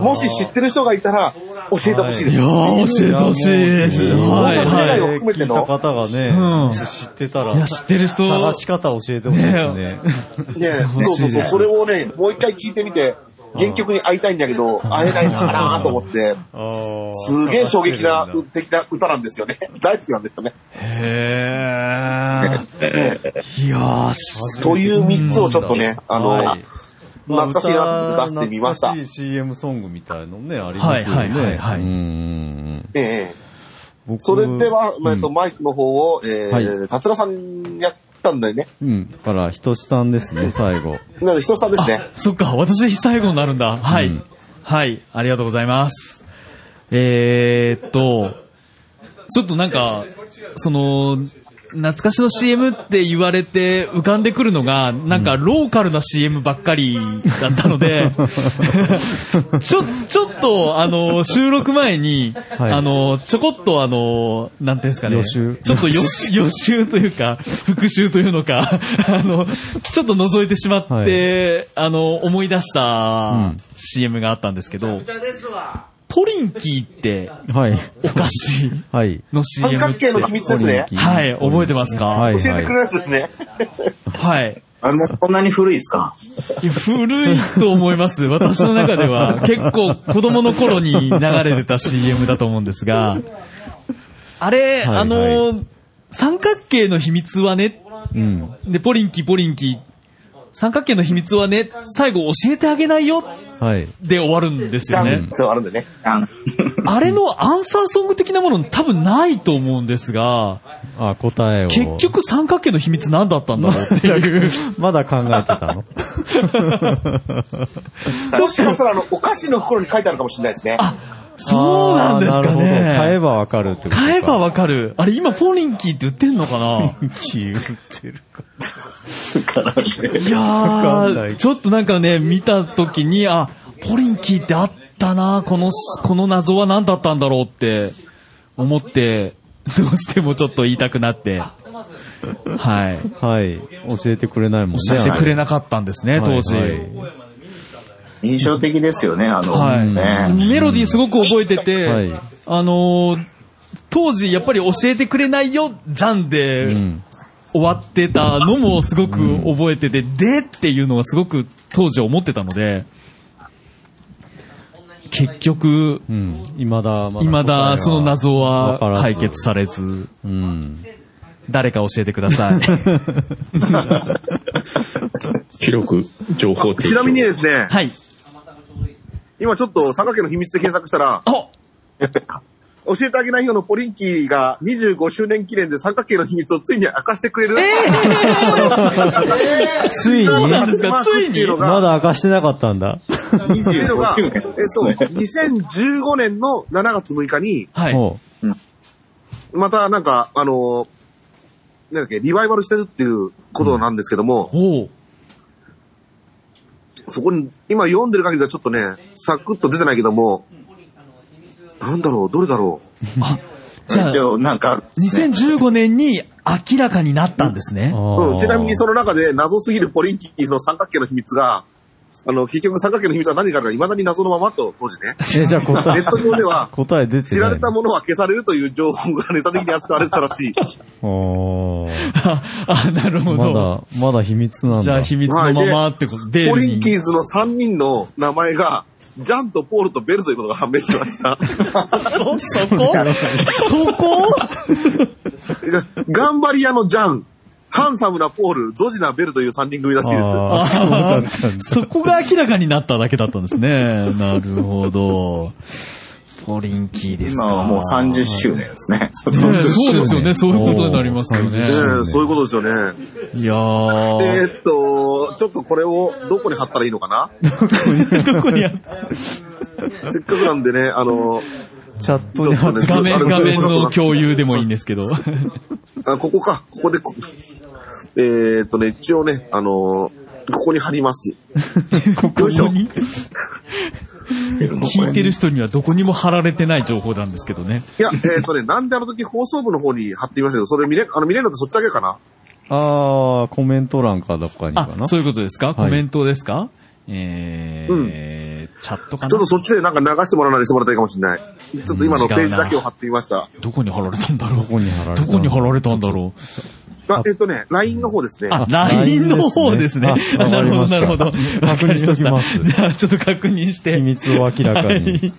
Speaker 6: もし知ってる人がいたら、教えてほしいです。
Speaker 3: いやー、教えてほしいです。
Speaker 4: いやもう
Speaker 3: はい、はい。
Speaker 6: を含め
Speaker 4: 聞
Speaker 6: て
Speaker 4: い
Speaker 6: の
Speaker 4: た方がね、
Speaker 3: うん
Speaker 4: もし知ってたら
Speaker 3: いや、、知ってる人、
Speaker 4: 探し方教えてほしいですね。
Speaker 6: ねそうそうそう、それをね、もう一回聞いてみて、原曲に会いたいんだけど、会えないのかなと思って、すげえ衝撃な、的な歌なんですよね。 大好きなんですよね。
Speaker 3: へー。 いやー、す
Speaker 6: という三つをちょっとね、あの、
Speaker 4: はい
Speaker 6: 懐かしいなと思って出してみました
Speaker 4: 懐かしい CM ソングみたいのね、ありますよね。
Speaker 3: はいはいはいはい
Speaker 4: うんうん
Speaker 6: ええ
Speaker 4: うん。
Speaker 6: それで
Speaker 4: は、
Speaker 6: は、えっと、マイクの方を、え
Speaker 4: はい
Speaker 6: ー、達郎さんやったんだよね。
Speaker 4: うん。だから、ひとしさんですね、最後。
Speaker 6: なので、ひとさんですね。
Speaker 3: そっか、私最後になるんだ。はい。
Speaker 4: うん
Speaker 3: はい、ありがとうございます。えー、っと、ちょっとなんか、その、懐かしの CM って言われて浮かんでくるのが、なんかローカルな CM ばっかりだった ので、ちょ、ちょっと、あの、収録前に、
Speaker 4: はい
Speaker 3: あの、ちょこっとあの、なんていうんですかね、
Speaker 4: 予習
Speaker 3: ちょっと予習 予習というか、復習というのか、 あの、ちょっと覗いてしまって、あの、思い出した
Speaker 4: うん
Speaker 3: CM があったんですけど、ポリンキーって
Speaker 4: はい。
Speaker 3: お菓子
Speaker 4: はい。
Speaker 3: の
Speaker 6: 三
Speaker 3: CM
Speaker 6: 角形の秘密ですね。
Speaker 3: はい、覚えてますか
Speaker 4: はい。
Speaker 6: 教えてくれるやつですね。
Speaker 3: はい。
Speaker 5: あんな、こんなに古いですか
Speaker 3: いや古いと思います。私の中では結構子供の頃に流れてた CM だと思うんですが、あれ、
Speaker 4: はい
Speaker 3: あの、三角形の秘密はね、
Speaker 4: うん。
Speaker 3: で、ポリンキーポリンキー、三角形の秘密はね、最後教えてあげないよ
Speaker 4: はい。
Speaker 3: で終わるんです
Speaker 6: ちゃ
Speaker 3: よ
Speaker 6: ん
Speaker 3: ね。
Speaker 6: そうあるんでね。
Speaker 5: あの
Speaker 3: あれのアンサーソング的なもの多分ないと思うんですが、
Speaker 4: あ、答えを。
Speaker 3: 結、局三角形の秘密何だったんだろうっ ていう。
Speaker 4: まだ考えてたの
Speaker 6: もしかしたら、あの、お菓子の袋に書いてあるかもしれないですね。
Speaker 3: あ、 そうなんですか
Speaker 4: あーなるほど買え
Speaker 3: ね。
Speaker 4: ばわかるってことか。
Speaker 3: 買えばわかる。あれ今ポリンキーって売ってんのかな
Speaker 4: 気売ってるか。
Speaker 3: い
Speaker 4: わかんな
Speaker 3: やー、
Speaker 4: い
Speaker 3: ちょっとなんかね、見た時に、あ、ポリンキーってあったなこの、この謎は何だったんだろうって思って、どうしてもちょっと言いたくなって、はい。
Speaker 4: はい。教えてくれないもんね。
Speaker 3: してくれなかったんですね、当時。
Speaker 4: は
Speaker 3: はいい。
Speaker 5: 印象的ですよね、あの、ね。
Speaker 3: メロディーすごく覚えてて、
Speaker 4: はい
Speaker 3: あのー当時やっぱり教えてくれないよ、じゃんで、
Speaker 4: うん。
Speaker 3: 終わってたのもすごく覚えてて、でっていうのはすごく当時思ってたので、結局、
Speaker 4: うん。未だ、ま
Speaker 3: 未だその謎は
Speaker 4: わからず
Speaker 3: 解決されず、
Speaker 4: うん。
Speaker 3: 誰か教えてくだ さい。
Speaker 7: 広く情報提供。
Speaker 6: ちなみにですね、
Speaker 3: はい。
Speaker 6: 今ちょっと佐賀家の秘密で検索したら、
Speaker 3: あ
Speaker 6: 教えてあげないよのポリンキーが25周年記念で三角形の秘密をついに明かしてくれる。
Speaker 4: ついに
Speaker 6: そう
Speaker 3: なんですか
Speaker 6: ついにっていうの
Speaker 4: ま
Speaker 6: が、
Speaker 4: だ明かしてなかったんだ。
Speaker 6: っていうのが
Speaker 5: 25周
Speaker 6: え
Speaker 5: 年
Speaker 6: そう、2015年の7月6日に、
Speaker 3: はい。
Speaker 4: も
Speaker 6: またなんか、あの、なんだっけ、リバイバルしてるっていうことなんですけども、
Speaker 3: おう
Speaker 6: そこに、今読んでる限りではちょっとね、サクッと出てないけども、なんだろう、どれだろ
Speaker 3: じゃあ
Speaker 5: 一、応、なんかあるんですね、
Speaker 3: 2015年に明らかになったんですね。
Speaker 6: う。
Speaker 4: う
Speaker 6: うん、ちなみにそ
Speaker 4: の、
Speaker 6: の中で謎すぎるポリンキーの三角形の秘密が、あの、結局三角形の秘密は何かが未だに謎のままと、当時ね。
Speaker 4: え、じゃあ答
Speaker 6: ネ
Speaker 4: え
Speaker 6: ッ、ト上で は、
Speaker 4: 答え出て
Speaker 6: 知ら
Speaker 4: ない。
Speaker 6: れたものは消されるという情報がネタ的に扱われてたら しい。
Speaker 4: おー
Speaker 3: あ、なるほ
Speaker 4: ま
Speaker 3: ど。
Speaker 4: だ、まだ秘密なんだ。
Speaker 3: じゃあ秘密のままってことで、
Speaker 6: ポリンキーズの3人の名前が、ジャンとポールとベルということが判明しました。
Speaker 3: そそこそこ
Speaker 6: 頑張り屋のジャン、ハンサムなポール、ドジなベルという3人組らしいです。
Speaker 4: あーそうだったんだ。
Speaker 3: そこが明らかになっただけだったんです ね。なるほど。ポリンキーですか。
Speaker 5: 今はもう30周年ですね。
Speaker 3: ねそうですよね。そういうことになりますよね。
Speaker 6: ねえそういうことですよね。
Speaker 3: いやー。
Speaker 6: えーっと、ちょっとこれをどこに貼ったらいいのかな
Speaker 3: どこにあった
Speaker 6: せっかくなんでね、あの、
Speaker 4: チャットに
Speaker 6: ちょっとね
Speaker 3: 画面、画面の
Speaker 6: 今
Speaker 3: 共有でもいいんですけど。
Speaker 6: あここか、ここでこ、えーっとね、一応ね、あの、ここに貼ります。
Speaker 3: ここ
Speaker 6: よ
Speaker 3: に聞いてる人にはどこにも貼られてない情報なんですけどね。
Speaker 6: いや、えーっとね、 なんであの時放送部の方に貼っていましたけど、それ見れ、あの見れるのってそっちだけかな
Speaker 4: あー、コメント欄かどっかにか
Speaker 3: あ、
Speaker 4: な。
Speaker 3: そういうことですか
Speaker 4: い
Speaker 3: コメントですかえー、チャットか
Speaker 6: ちょっ
Speaker 3: な
Speaker 6: とそっちでなんか流してもらわないでしてもらいたいかもしれない。ちょっと今のページだけを貼ってみました。
Speaker 3: どこに貼られたんだろう
Speaker 4: どこに貼られた
Speaker 3: どこに貼られたんだろう
Speaker 6: あえーっとね、LINE の方ですね。
Speaker 3: あ、LINE の方ですね。
Speaker 4: あわ
Speaker 3: な
Speaker 4: かり
Speaker 3: るほ
Speaker 4: ま
Speaker 3: ど、
Speaker 4: し
Speaker 3: な
Speaker 4: た
Speaker 3: るほど。
Speaker 4: 確認しときます
Speaker 3: わかりましたじゃあ、ちょっと確認して。
Speaker 4: 秘密を明らかに。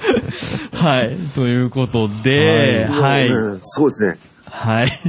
Speaker 3: はい。はい。ということで、はい。
Speaker 6: うんそうですね。
Speaker 3: はい。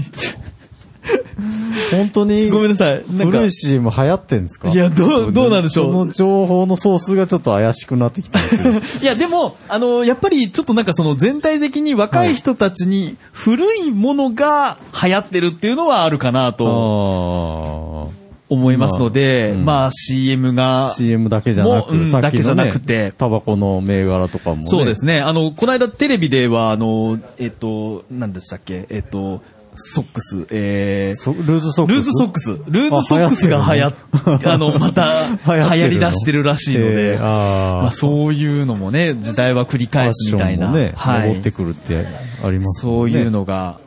Speaker 4: 本当に、
Speaker 3: ごめんなさい。なんか
Speaker 4: 古い、CM 流行ってんですか
Speaker 3: いや、どう、どうなんでしょ
Speaker 4: そうの。情報のソースがちょっと怪しくなってきたんです けど。
Speaker 3: いや、でも、あの、やっぱり、ちょっとなんかその全体的に若い人たちに古いものが流行ってるっていうのはあるかなと
Speaker 4: あ
Speaker 3: 思いますので、
Speaker 4: まあうん
Speaker 3: まあ CM
Speaker 4: あ
Speaker 3: が、
Speaker 4: CM だけじゃな
Speaker 3: もううん
Speaker 4: く、さっ
Speaker 3: だ
Speaker 4: き
Speaker 3: けじゃ
Speaker 4: の
Speaker 3: な
Speaker 4: ね
Speaker 3: くて、
Speaker 4: タバコの銘柄とかもね。
Speaker 3: そうですね。あの、この間テレビでは、あの、えっと、何でしたっけえっと、ソックス、えー、
Speaker 4: そルーズソックス
Speaker 3: ルーズソックス。ルーズソックスが流行
Speaker 4: あ流行
Speaker 3: っ
Speaker 4: ってるね
Speaker 3: あの、また
Speaker 4: 流行ってるの
Speaker 3: 流行り出してるらしいので、
Speaker 4: えーあー
Speaker 3: まあそういうのもね、時代は繰り返すみたいな、
Speaker 4: ファッションもね、
Speaker 3: は
Speaker 4: 戻って
Speaker 3: い。
Speaker 4: くるってあります
Speaker 3: そ
Speaker 4: も
Speaker 3: うん
Speaker 4: ね
Speaker 3: いう。のが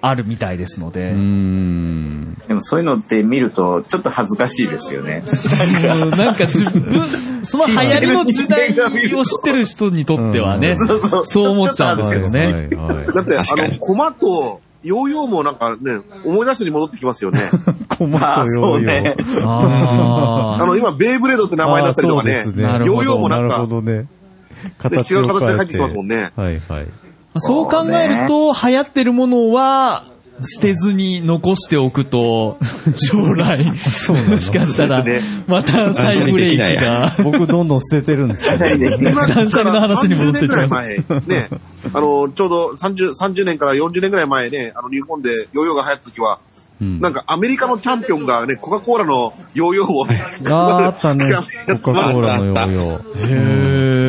Speaker 3: あるみたいですので、
Speaker 4: うーん。
Speaker 5: でもそういうのって見ると、ちょっと恥ずかしいですよね。
Speaker 3: うん なんか自分、その流行りの時代を知ってる人にとってはね、
Speaker 6: そう
Speaker 3: そう思っちゃうんですけど
Speaker 4: はいは
Speaker 3: ね。
Speaker 4: いはい
Speaker 6: だ って、あ
Speaker 5: 確か
Speaker 6: の、
Speaker 5: に
Speaker 6: コマと、ヨーヨーもなんかね、思い出してに戻ってきますよね。
Speaker 4: 困ったよ
Speaker 5: ああ、そうね。
Speaker 3: あー
Speaker 6: あの、今、ベイブレードって名前だったりとかね
Speaker 4: あーそう、です
Speaker 3: なるほど
Speaker 6: ヨーヨーもなん
Speaker 4: なるほ、
Speaker 6: か
Speaker 4: どね。
Speaker 6: ね違う形で入ってきますも
Speaker 4: ん。
Speaker 6: んね。
Speaker 4: はいはい。
Speaker 3: まあそう考えると、流行ってるものは、捨てずに残しておくと、将来、もしかしたら
Speaker 6: です、
Speaker 3: また再ブレイクが。
Speaker 4: 僕どんどん捨ててるんです よ。
Speaker 6: 今から
Speaker 3: 断捨離の話に戻ってっちゃいま
Speaker 6: 30年ぐら い前、ね、あの、ちょうど30、30年から40年ぐらい前ね、あの、日本でヨーヨーが流行った時は、
Speaker 4: うん
Speaker 6: なんかアメリカのチャンピオンがね、コカ・コーラのヨーヨーを、
Speaker 4: ああ、あったね。
Speaker 6: や
Speaker 4: コ
Speaker 6: め
Speaker 4: カ・コーラのヨーヨー。
Speaker 3: へ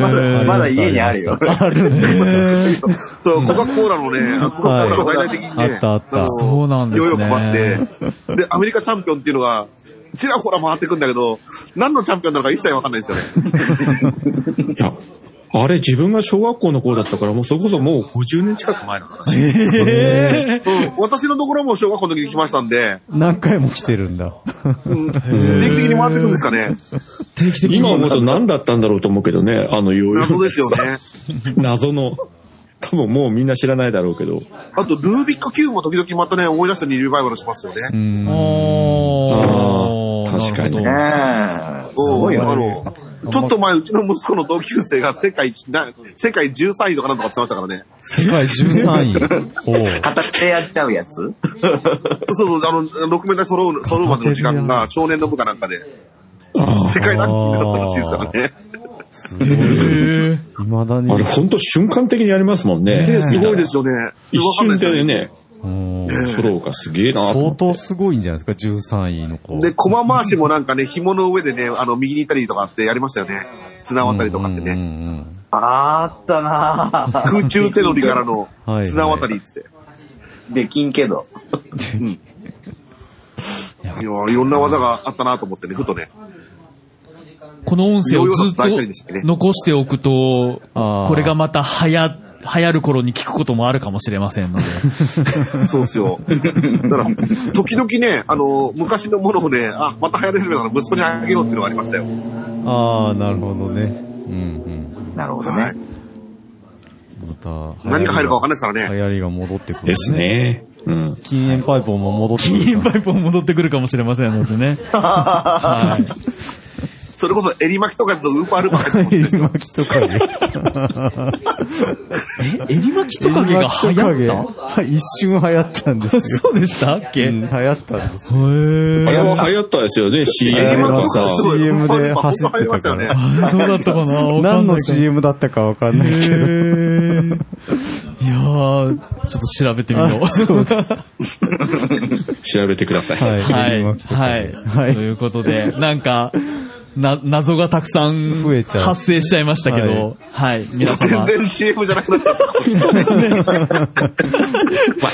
Speaker 3: ー
Speaker 5: まだ まだ家にあるよ。
Speaker 4: あるんです
Speaker 6: そうコカ・コーラのね、コカ・コーラが大々的にね、
Speaker 4: はいあったあった
Speaker 6: の
Speaker 3: そうなんですね
Speaker 6: ヨーヨー配って、で、アメリカチャンピオンっていうのが、ちらほら回ってくんだけど、何のチャンピオンなのか一切わかんないんです よね。
Speaker 7: いや、あれ自分が小学校の頃だったから、もうそれこそもう50年近く前の話。
Speaker 6: うん、私のところも小学校の時に来ましたんで、
Speaker 4: 何回も来てるんだ。
Speaker 6: うん、定期的に回ってくんですかね。
Speaker 7: 今思うと何だったんだろうと思うけどね、あのヨーヨー。
Speaker 6: 謎ですよ。ね。
Speaker 7: 謎の。多分もうみんな知らないだろうけど。
Speaker 6: あと、ルービックキューブも時々またね、思い出したにリバイバルしますよね。
Speaker 4: うーん。
Speaker 3: おー
Speaker 7: あー確かに
Speaker 3: なるほど
Speaker 5: ねえすごいよね。
Speaker 6: うんあのちょっと前、うちの息子の同級生が世界、な世界13位とかなんとかって言ってましたからね。
Speaker 8: 世界13位。 おう
Speaker 5: 片手やっちゃうやつ
Speaker 6: そうそう、あの、6面台揃う、揃うまでの時間が少年の部かなんかで、世界ランキングだったらしいですからね。
Speaker 8: すごい。未だ
Speaker 7: あ
Speaker 8: に。
Speaker 7: れ、ほんと瞬間的にやりますもんね。
Speaker 6: ねすごいですよね。
Speaker 7: 一瞬
Speaker 6: わかんな
Speaker 7: で
Speaker 6: いすよね。
Speaker 7: ね、
Speaker 8: うん
Speaker 7: 揃うかすげえなと思
Speaker 8: 相
Speaker 7: って
Speaker 8: 当すごいんじゃないですか、13位の子。
Speaker 6: で、駒回しもなんかね、紐の上でね、あの、右に行ったりとかってやりましたよね。綱渡りとかって
Speaker 8: うんう
Speaker 6: ね。
Speaker 8: ん
Speaker 5: あーったなぁ。
Speaker 6: 空中手乗りからの
Speaker 8: はい
Speaker 6: 綱渡りっつって。
Speaker 5: できんけど。
Speaker 6: いやいろんな技があったなと思ってね、ふとね。
Speaker 3: この音声をずっと
Speaker 6: いろいろ大事でしたね
Speaker 3: 残しておくと、
Speaker 8: あー
Speaker 3: これがまた流行、流行る頃に聞くこともあるかもしれませんので。
Speaker 6: そうっすよ。だから、時々ね、あの、昔のものをね、あ、また流行り始めたら息子にあげようっていうのがありましたよ。
Speaker 8: うん。ああ、なるほどね。うん
Speaker 5: なるほどね。
Speaker 8: うん。また、
Speaker 6: 何が入るかわかんないですから
Speaker 8: 流
Speaker 6: ね。
Speaker 8: 行りが戻ってくる。
Speaker 7: です。ね。うん。
Speaker 8: 禁煙パイプも戻ってくる。
Speaker 3: 金パイプも戻ってくるかもしれませんの でね。 はい
Speaker 6: それこそ、襟巻きとかだとウーパールーパー入って
Speaker 8: エ
Speaker 6: ます
Speaker 8: リマキトカゲ。
Speaker 3: え、襟巻きトカゲが流
Speaker 8: エリ
Speaker 3: 行
Speaker 8: マ
Speaker 3: っ
Speaker 8: キトカゲ一瞬流行ったんです
Speaker 3: た
Speaker 8: よ。
Speaker 3: そうでしたっけ、
Speaker 8: うん
Speaker 3: へ
Speaker 8: 流行ったんです。
Speaker 3: ー。
Speaker 7: あれは流行ったですよね、CM とか
Speaker 6: あ
Speaker 7: さ
Speaker 6: れ。すごい
Speaker 8: CM で
Speaker 6: ウーパールーパー本当入りましたよね。
Speaker 3: どうだったか なわかん
Speaker 8: 何
Speaker 3: ない
Speaker 8: の
Speaker 3: けど
Speaker 8: CM だったかわかんない
Speaker 3: へ
Speaker 8: けど。
Speaker 3: ーいやー、ちょっと調べてみよう。
Speaker 8: そうで
Speaker 7: 調べてください。
Speaker 8: はい
Speaker 3: はい。
Speaker 8: 今来てた
Speaker 3: はい。
Speaker 8: はい
Speaker 3: ということで、なんか、な、謎がたくさん
Speaker 8: 増えちゃう
Speaker 3: 発生しちゃいましたけど、はい。皆
Speaker 6: 全
Speaker 3: 様。
Speaker 6: 然 CM じゃなくなった。
Speaker 7: まあ、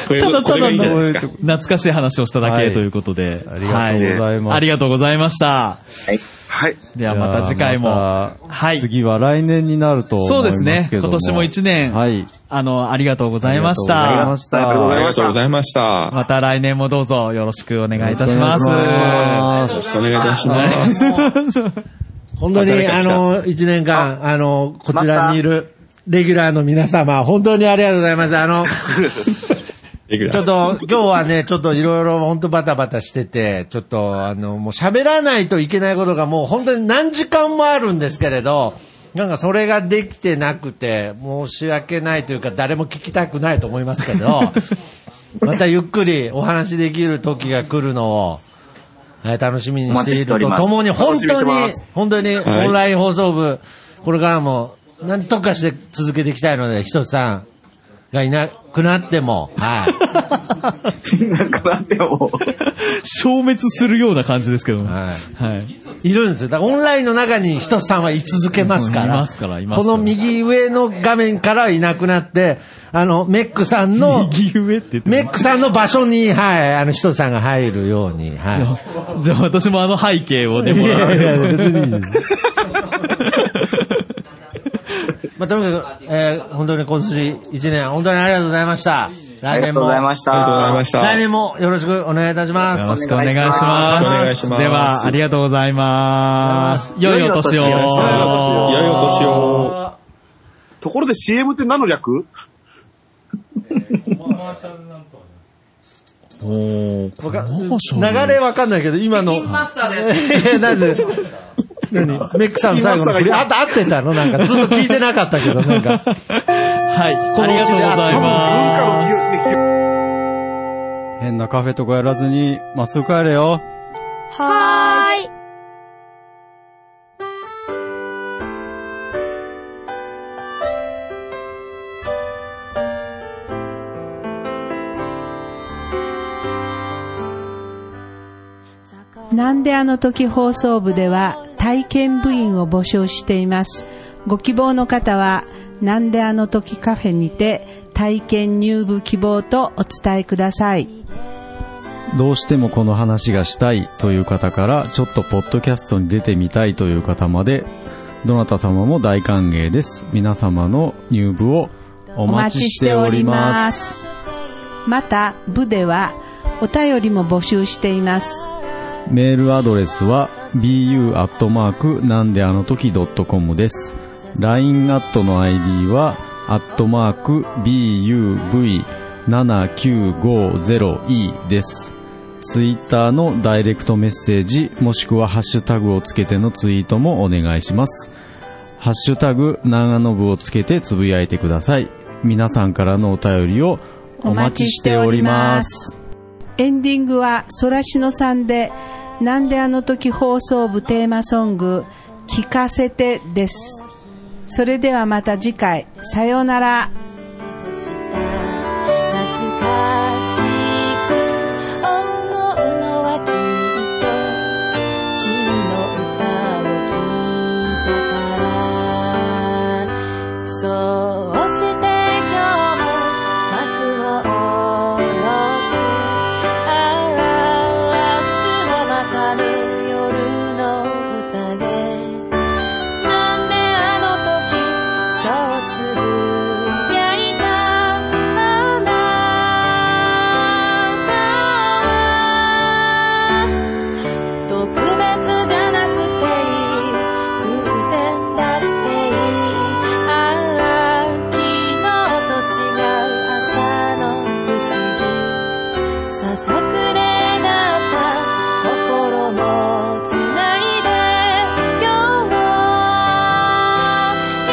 Speaker 7: これも、これがいいんじゃないですか。
Speaker 3: 懐かしい話をしただ
Speaker 8: は
Speaker 3: け
Speaker 8: い
Speaker 3: ということで。
Speaker 8: ありがとうございます
Speaker 3: はありがとうございました。
Speaker 6: はい。
Speaker 3: ではまた次回も。
Speaker 8: じゃあまた
Speaker 3: はい。
Speaker 8: 次は来年になると思い
Speaker 3: そう
Speaker 8: ま
Speaker 3: ですす
Speaker 8: けども。
Speaker 3: ね。今年も一年、
Speaker 8: はい。
Speaker 3: あの、ありがとうございまし
Speaker 8: ありがとうござい
Speaker 3: た。
Speaker 8: ま
Speaker 3: ま
Speaker 8: した。
Speaker 6: ありがとうござ
Speaker 7: あ
Speaker 6: い
Speaker 7: り
Speaker 6: ま
Speaker 7: がとうございました。
Speaker 3: た来年もどうぞよろしくお願いいたします。
Speaker 8: よろしくお願い
Speaker 3: は
Speaker 7: よ
Speaker 8: し
Speaker 7: ろしくお願いいたします。
Speaker 4: 本当
Speaker 7: 働
Speaker 4: に、
Speaker 7: いて
Speaker 4: あ
Speaker 7: きた
Speaker 4: の、一年間、あの、こちらにいる、レギュラーの皆様、本当にありがとうございます。あの、
Speaker 7: レギュ
Speaker 4: ちょ
Speaker 7: ラ
Speaker 4: っ
Speaker 7: ー
Speaker 4: と、今日はね、ちょっといろいろ本当バタバタしてて、ちょっと、あの、もう喋らないといけないことがもう本当に何時間もあるんですけれど、なんかそれができてなくて、申し訳ないというか、誰も聞きたくないと思いますけど、またゆっくりお話できる時が来るのを、はい、楽しみにしているとともに、本当に、本当に
Speaker 7: はい
Speaker 4: オンライン放送部、これからも何とかして続けていきたいので、ひとつさんがいなくなっても、はい。
Speaker 5: なんかなっても
Speaker 3: い消滅するような感じですけども。
Speaker 4: は
Speaker 3: はい。
Speaker 4: いるんですよ。だからオンラインの中に人さんは居続けますから。
Speaker 3: いますからいますから
Speaker 4: この右上の画面からはいなくなって、あの、メックさ んの、
Speaker 3: 右上って言っても
Speaker 4: メックさんの場所に、はい、あの、人さんが入るように、はい。
Speaker 3: じゃあ私もあの背景をね、
Speaker 4: い
Speaker 3: もら
Speaker 4: や
Speaker 3: う
Speaker 4: いや別にいいですまあ、とにかく、えー本当に今年一年、本当にありがとうございました。
Speaker 5: あ
Speaker 4: 来
Speaker 5: りが
Speaker 4: 年
Speaker 5: とう
Speaker 4: も、
Speaker 5: ございました。
Speaker 7: ありがとうございました。
Speaker 4: 来年もよろしくお願いいたします。
Speaker 3: よろしくお願いし
Speaker 7: よ
Speaker 3: ます。
Speaker 7: ろしくお願いします
Speaker 3: では、ありがとうございます。良いお年を。
Speaker 5: 良いお年を
Speaker 7: 良いお年を。
Speaker 6: ところで CM って何の略
Speaker 3: おー
Speaker 4: わか
Speaker 3: どうしよう
Speaker 4: 流れわかんないけど、今の。マスターです。なぜ何メックさん最後の振り。あ、合ってたのなんか、ずっと聞いてなかったけど、なんか。
Speaker 3: はい、ありがとうございます。
Speaker 6: 文化の記憶
Speaker 8: 変なカフェとかやらずに、まっすぐ帰れよ。
Speaker 9: なんであの時放送部では体験部員を募集しています。ご希望の方は、なんであの時カフェにて体験入部希望とお伝えください。
Speaker 8: どうしてもこの話がしたいという方から、ちょっとポッドキャストに出てみたいという方まで、どなた様も大歓迎です。皆様の入部をお待ちしております。
Speaker 9: す。また、部ではお便りも募集しています。
Speaker 8: メールアドレスは bu アットマークなんであの時 .com です。LINE アットの ID はアットマーク buv7950e です。
Speaker 4: ツイッターのダイレクトメッセージ、もしくはハッシュタグをつけてのツイートもお願いします。ハッシュタグ、長野部をつけてつぶやいてください。皆さんからのお便りを お待ちしております。
Speaker 10: エンディングはソラシノさんで「なんであの時放送部テーマソング「聞かせて」ですそれではまた次回さようなら
Speaker 11: 懐かしく思うのはきっと君の歌を聴いたからそうして今日も幕を下ろすああ明日もまたね夜の宴なんであの時そうつぶやいたあなたは特別じゃなくていい偶然だっていいああ昨日と違う朝の不思議ささくれだった心もつないで今日も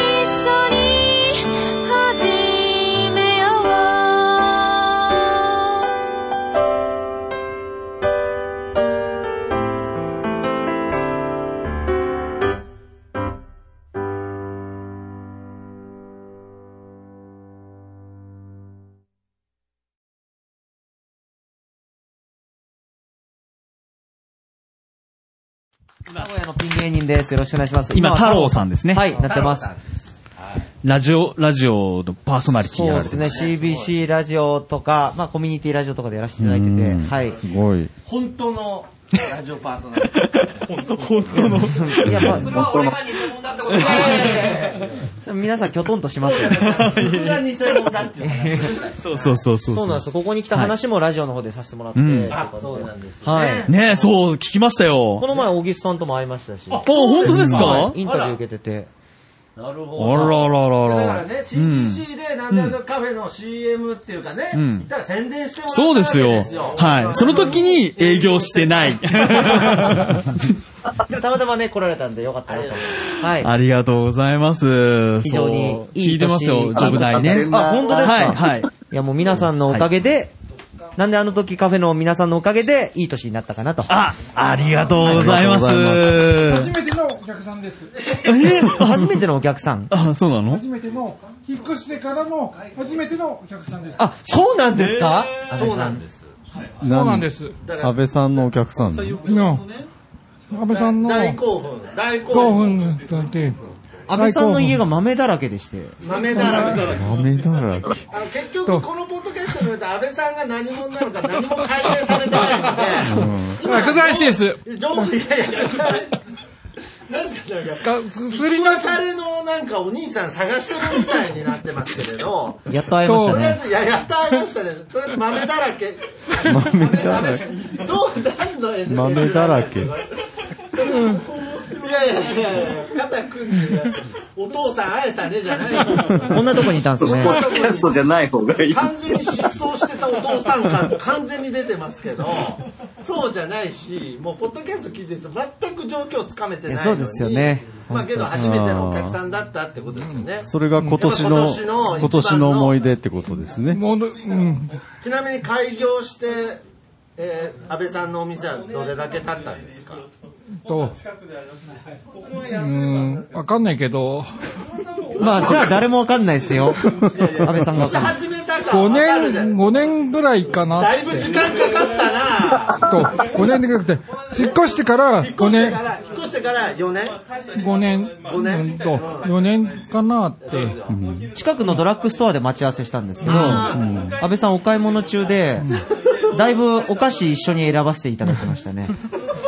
Speaker 11: 一緒に始めよう
Speaker 12: 名古屋のピン芸人です。よろしくお願いします。
Speaker 3: 今
Speaker 12: は
Speaker 3: 太郎さんですね
Speaker 12: はい、なってます。
Speaker 3: ラジオ、ラジオのパーソナリティ
Speaker 12: そう
Speaker 3: やら
Speaker 12: で
Speaker 3: れ
Speaker 12: す
Speaker 3: て
Speaker 12: ね、CBC ラジオとか、まあコミュニティラジオとかでやらせていただいてて、
Speaker 4: うん
Speaker 12: はい。
Speaker 4: すごい。
Speaker 9: 本当のラジオパーソナリテ
Speaker 12: 本当のいや、まあ、
Speaker 9: それは俺が偽物だってこと
Speaker 12: いやいやいやいや 皆さん、きょとんとしますよね。
Speaker 9: 僕が偽物だっていう話でしたよ
Speaker 3: そうそうそうそう
Speaker 12: そうなんです。ここに来た話もラジオの方でさせてもらって。
Speaker 3: うん
Speaker 9: あそうなんですね
Speaker 12: はい。
Speaker 3: ねえ、そう、聞きました
Speaker 12: こ
Speaker 3: よ。
Speaker 12: の前、大岸さんとも会いましたし。
Speaker 3: あ、本当ですか
Speaker 12: はいインタビュー受けてて。
Speaker 9: なる
Speaker 3: あららら
Speaker 9: だから
Speaker 3: ら。
Speaker 9: ね、
Speaker 3: うん。
Speaker 9: CBC でなんであのカフェの CM っていうかね、
Speaker 3: うん
Speaker 9: 言ったら宣伝してもらった
Speaker 3: そうです
Speaker 9: わ
Speaker 3: よ
Speaker 9: けですよ。。
Speaker 3: はい。その時に営業してない。
Speaker 12: でもたまたまね、来られたんでよかったなと思って。はい。
Speaker 3: ありがとうございます。
Speaker 12: 非常に
Speaker 3: そう
Speaker 12: いい
Speaker 3: 聞いてますよ、
Speaker 12: 年
Speaker 3: ジョブ代ね。
Speaker 12: あ、本当ですか
Speaker 3: はい、はい。
Speaker 12: いや、もう皆さんのおかげで、なんであの時カフェの皆さんのおかげで、いい年になったかなと。
Speaker 3: あ、ありがとうございます。
Speaker 12: ありがと
Speaker 13: 初めてのお客さんです。
Speaker 12: え初めてのお客さん。
Speaker 3: あ、そうなの
Speaker 13: 初めての、引っ越してからの初めてのお客さんです。
Speaker 12: あ、そうなんですか
Speaker 9: そうなんです。
Speaker 4: そう
Speaker 13: そうなんです。
Speaker 4: 安倍さんのお客さん。
Speaker 13: の、安倍さんの
Speaker 9: 大興奮。大
Speaker 13: 興
Speaker 9: 興奮。
Speaker 13: 奮だって、
Speaker 12: 安倍さんの家が豆だらけでして。
Speaker 9: 豆だらけ。
Speaker 4: 豆だらけ。
Speaker 9: あの結局このポッドキャストによって安倍さんが何者なのか何も解明されてないの
Speaker 13: あ薬剤師です。
Speaker 9: で、情報いやいや、何すかなんか、
Speaker 13: が薬の、
Speaker 9: 彼のなんかお兄さん探してるみたいになってますけれど、
Speaker 12: やっと会えました
Speaker 9: とりあえ
Speaker 12: ね。
Speaker 9: ず、いや、やっと会いましたね。とりあえず豆だらけ。豆だらけ。どう、何の NHK
Speaker 4: 豆だらけ
Speaker 9: いやいやいやいや、肩組んで、お父さん会えたねじゃないの
Speaker 12: こんなとこにいたんですね。
Speaker 5: ポッドキャストじゃない方がいい。
Speaker 9: 完全に失踪してたお父さん感完全に出てますけど、そうじゃないし、もうポッドキャスト記事です全く状況をつかめてないのに。
Speaker 12: そうですよね
Speaker 9: まあけど初めてのお客さんだったってことですよね。
Speaker 4: それが今年
Speaker 9: や
Speaker 4: の
Speaker 9: っぱ今年の一番、の
Speaker 4: 今年の思い出ってことですね。
Speaker 13: もう、うん、
Speaker 9: ちなみに開業して、えー、安倍さんのお店はどれだけ経ったんですか
Speaker 13: と、うん、わかんないけど、
Speaker 12: まあ、じゃあ誰もわかんないですよ。安倍さんがわかんない。
Speaker 9: 始めたか
Speaker 13: 5
Speaker 9: わかるじゃ
Speaker 13: 年、
Speaker 9: ん
Speaker 13: 5年ぐらいかな
Speaker 9: だ
Speaker 13: っ
Speaker 9: い
Speaker 13: て。
Speaker 9: ぶ時間かかったな
Speaker 13: と、5年でかくて、引っ越してから
Speaker 9: 引っ
Speaker 13: 5
Speaker 9: 越して
Speaker 13: 年
Speaker 9: か、ら、引っ越してから4年
Speaker 13: 5年、
Speaker 9: 五年
Speaker 13: うんと、4年かなって。
Speaker 12: 近くのドラッグストアで待ち合わせしたんですけど、安倍さんお買い物中 で、だいぶお菓子一緒に選ばせていただきましたね。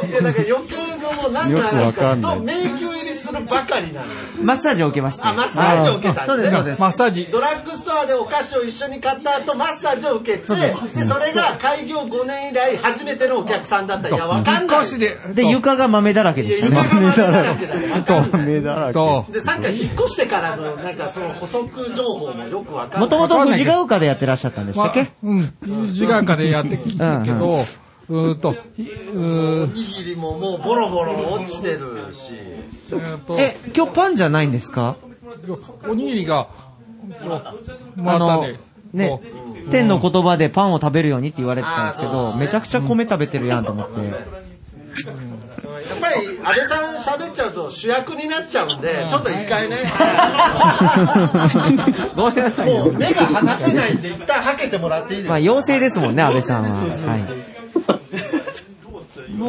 Speaker 9: いや、だから余計のもう何の
Speaker 4: よくわ
Speaker 9: 話
Speaker 4: か
Speaker 9: か
Speaker 4: ん
Speaker 9: と
Speaker 4: ない
Speaker 9: 迷宮入りするばかりなんです。
Speaker 12: マッサージを受けまして。
Speaker 9: あマッサージを受けたんだ
Speaker 12: そうです、そうです。
Speaker 13: マッサージ。
Speaker 9: ドラッグストアでお菓子を一緒に買った後、マッサージを受けて、で、それが開業5年以来初めてのお客さんだった。いや、わかんな
Speaker 13: 少
Speaker 9: い。
Speaker 13: しで、
Speaker 12: で、床が豆だらけ
Speaker 9: い
Speaker 12: で
Speaker 9: や、
Speaker 12: した
Speaker 9: 床が
Speaker 12: ね。
Speaker 9: 豆だらけだよ。わかんない
Speaker 4: 豆だらけ。
Speaker 13: と、
Speaker 9: で、さっきは引っ越してからの、なんかその補足情報もよくわかんない。
Speaker 12: もともと藤ヶ丘でやってらっしゃったんでしたっけ
Speaker 13: うん、時間かでやってきたけど、
Speaker 12: うーんと、いう
Speaker 9: お
Speaker 12: ー
Speaker 9: にぎりももうボロボロ落ちてるし。
Speaker 4: え、今日パンじゃないんですか
Speaker 12: おにぎりが、
Speaker 4: あ
Speaker 12: また
Speaker 4: の
Speaker 12: ね、、
Speaker 4: ね、天の言葉でパンを食べるようにって言われてたんですけど、めちゃくちゃ米食べてるやんと思って。
Speaker 9: やっぱり、安倍さん喋っちゃうと主役になっちゃうんで、ちょっと一回ね。
Speaker 4: ごめんなさいね
Speaker 9: もう目が離せないんで、一旦はけてもらっていいです
Speaker 4: まあ、
Speaker 9: か
Speaker 4: 妖精ですもんね、安倍さんは。はい。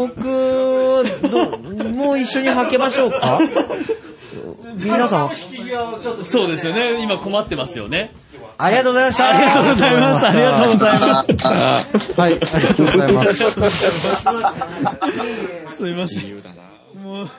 Speaker 4: 僕、どもう一緒にはけましょうか皆さん、
Speaker 3: そうですよね。今困ってますよね。
Speaker 4: ありがとうございました。
Speaker 3: ありがとうございます。ありがとうございます。
Speaker 4: ます。はい、 ありがとうございます。
Speaker 3: すいません。もう。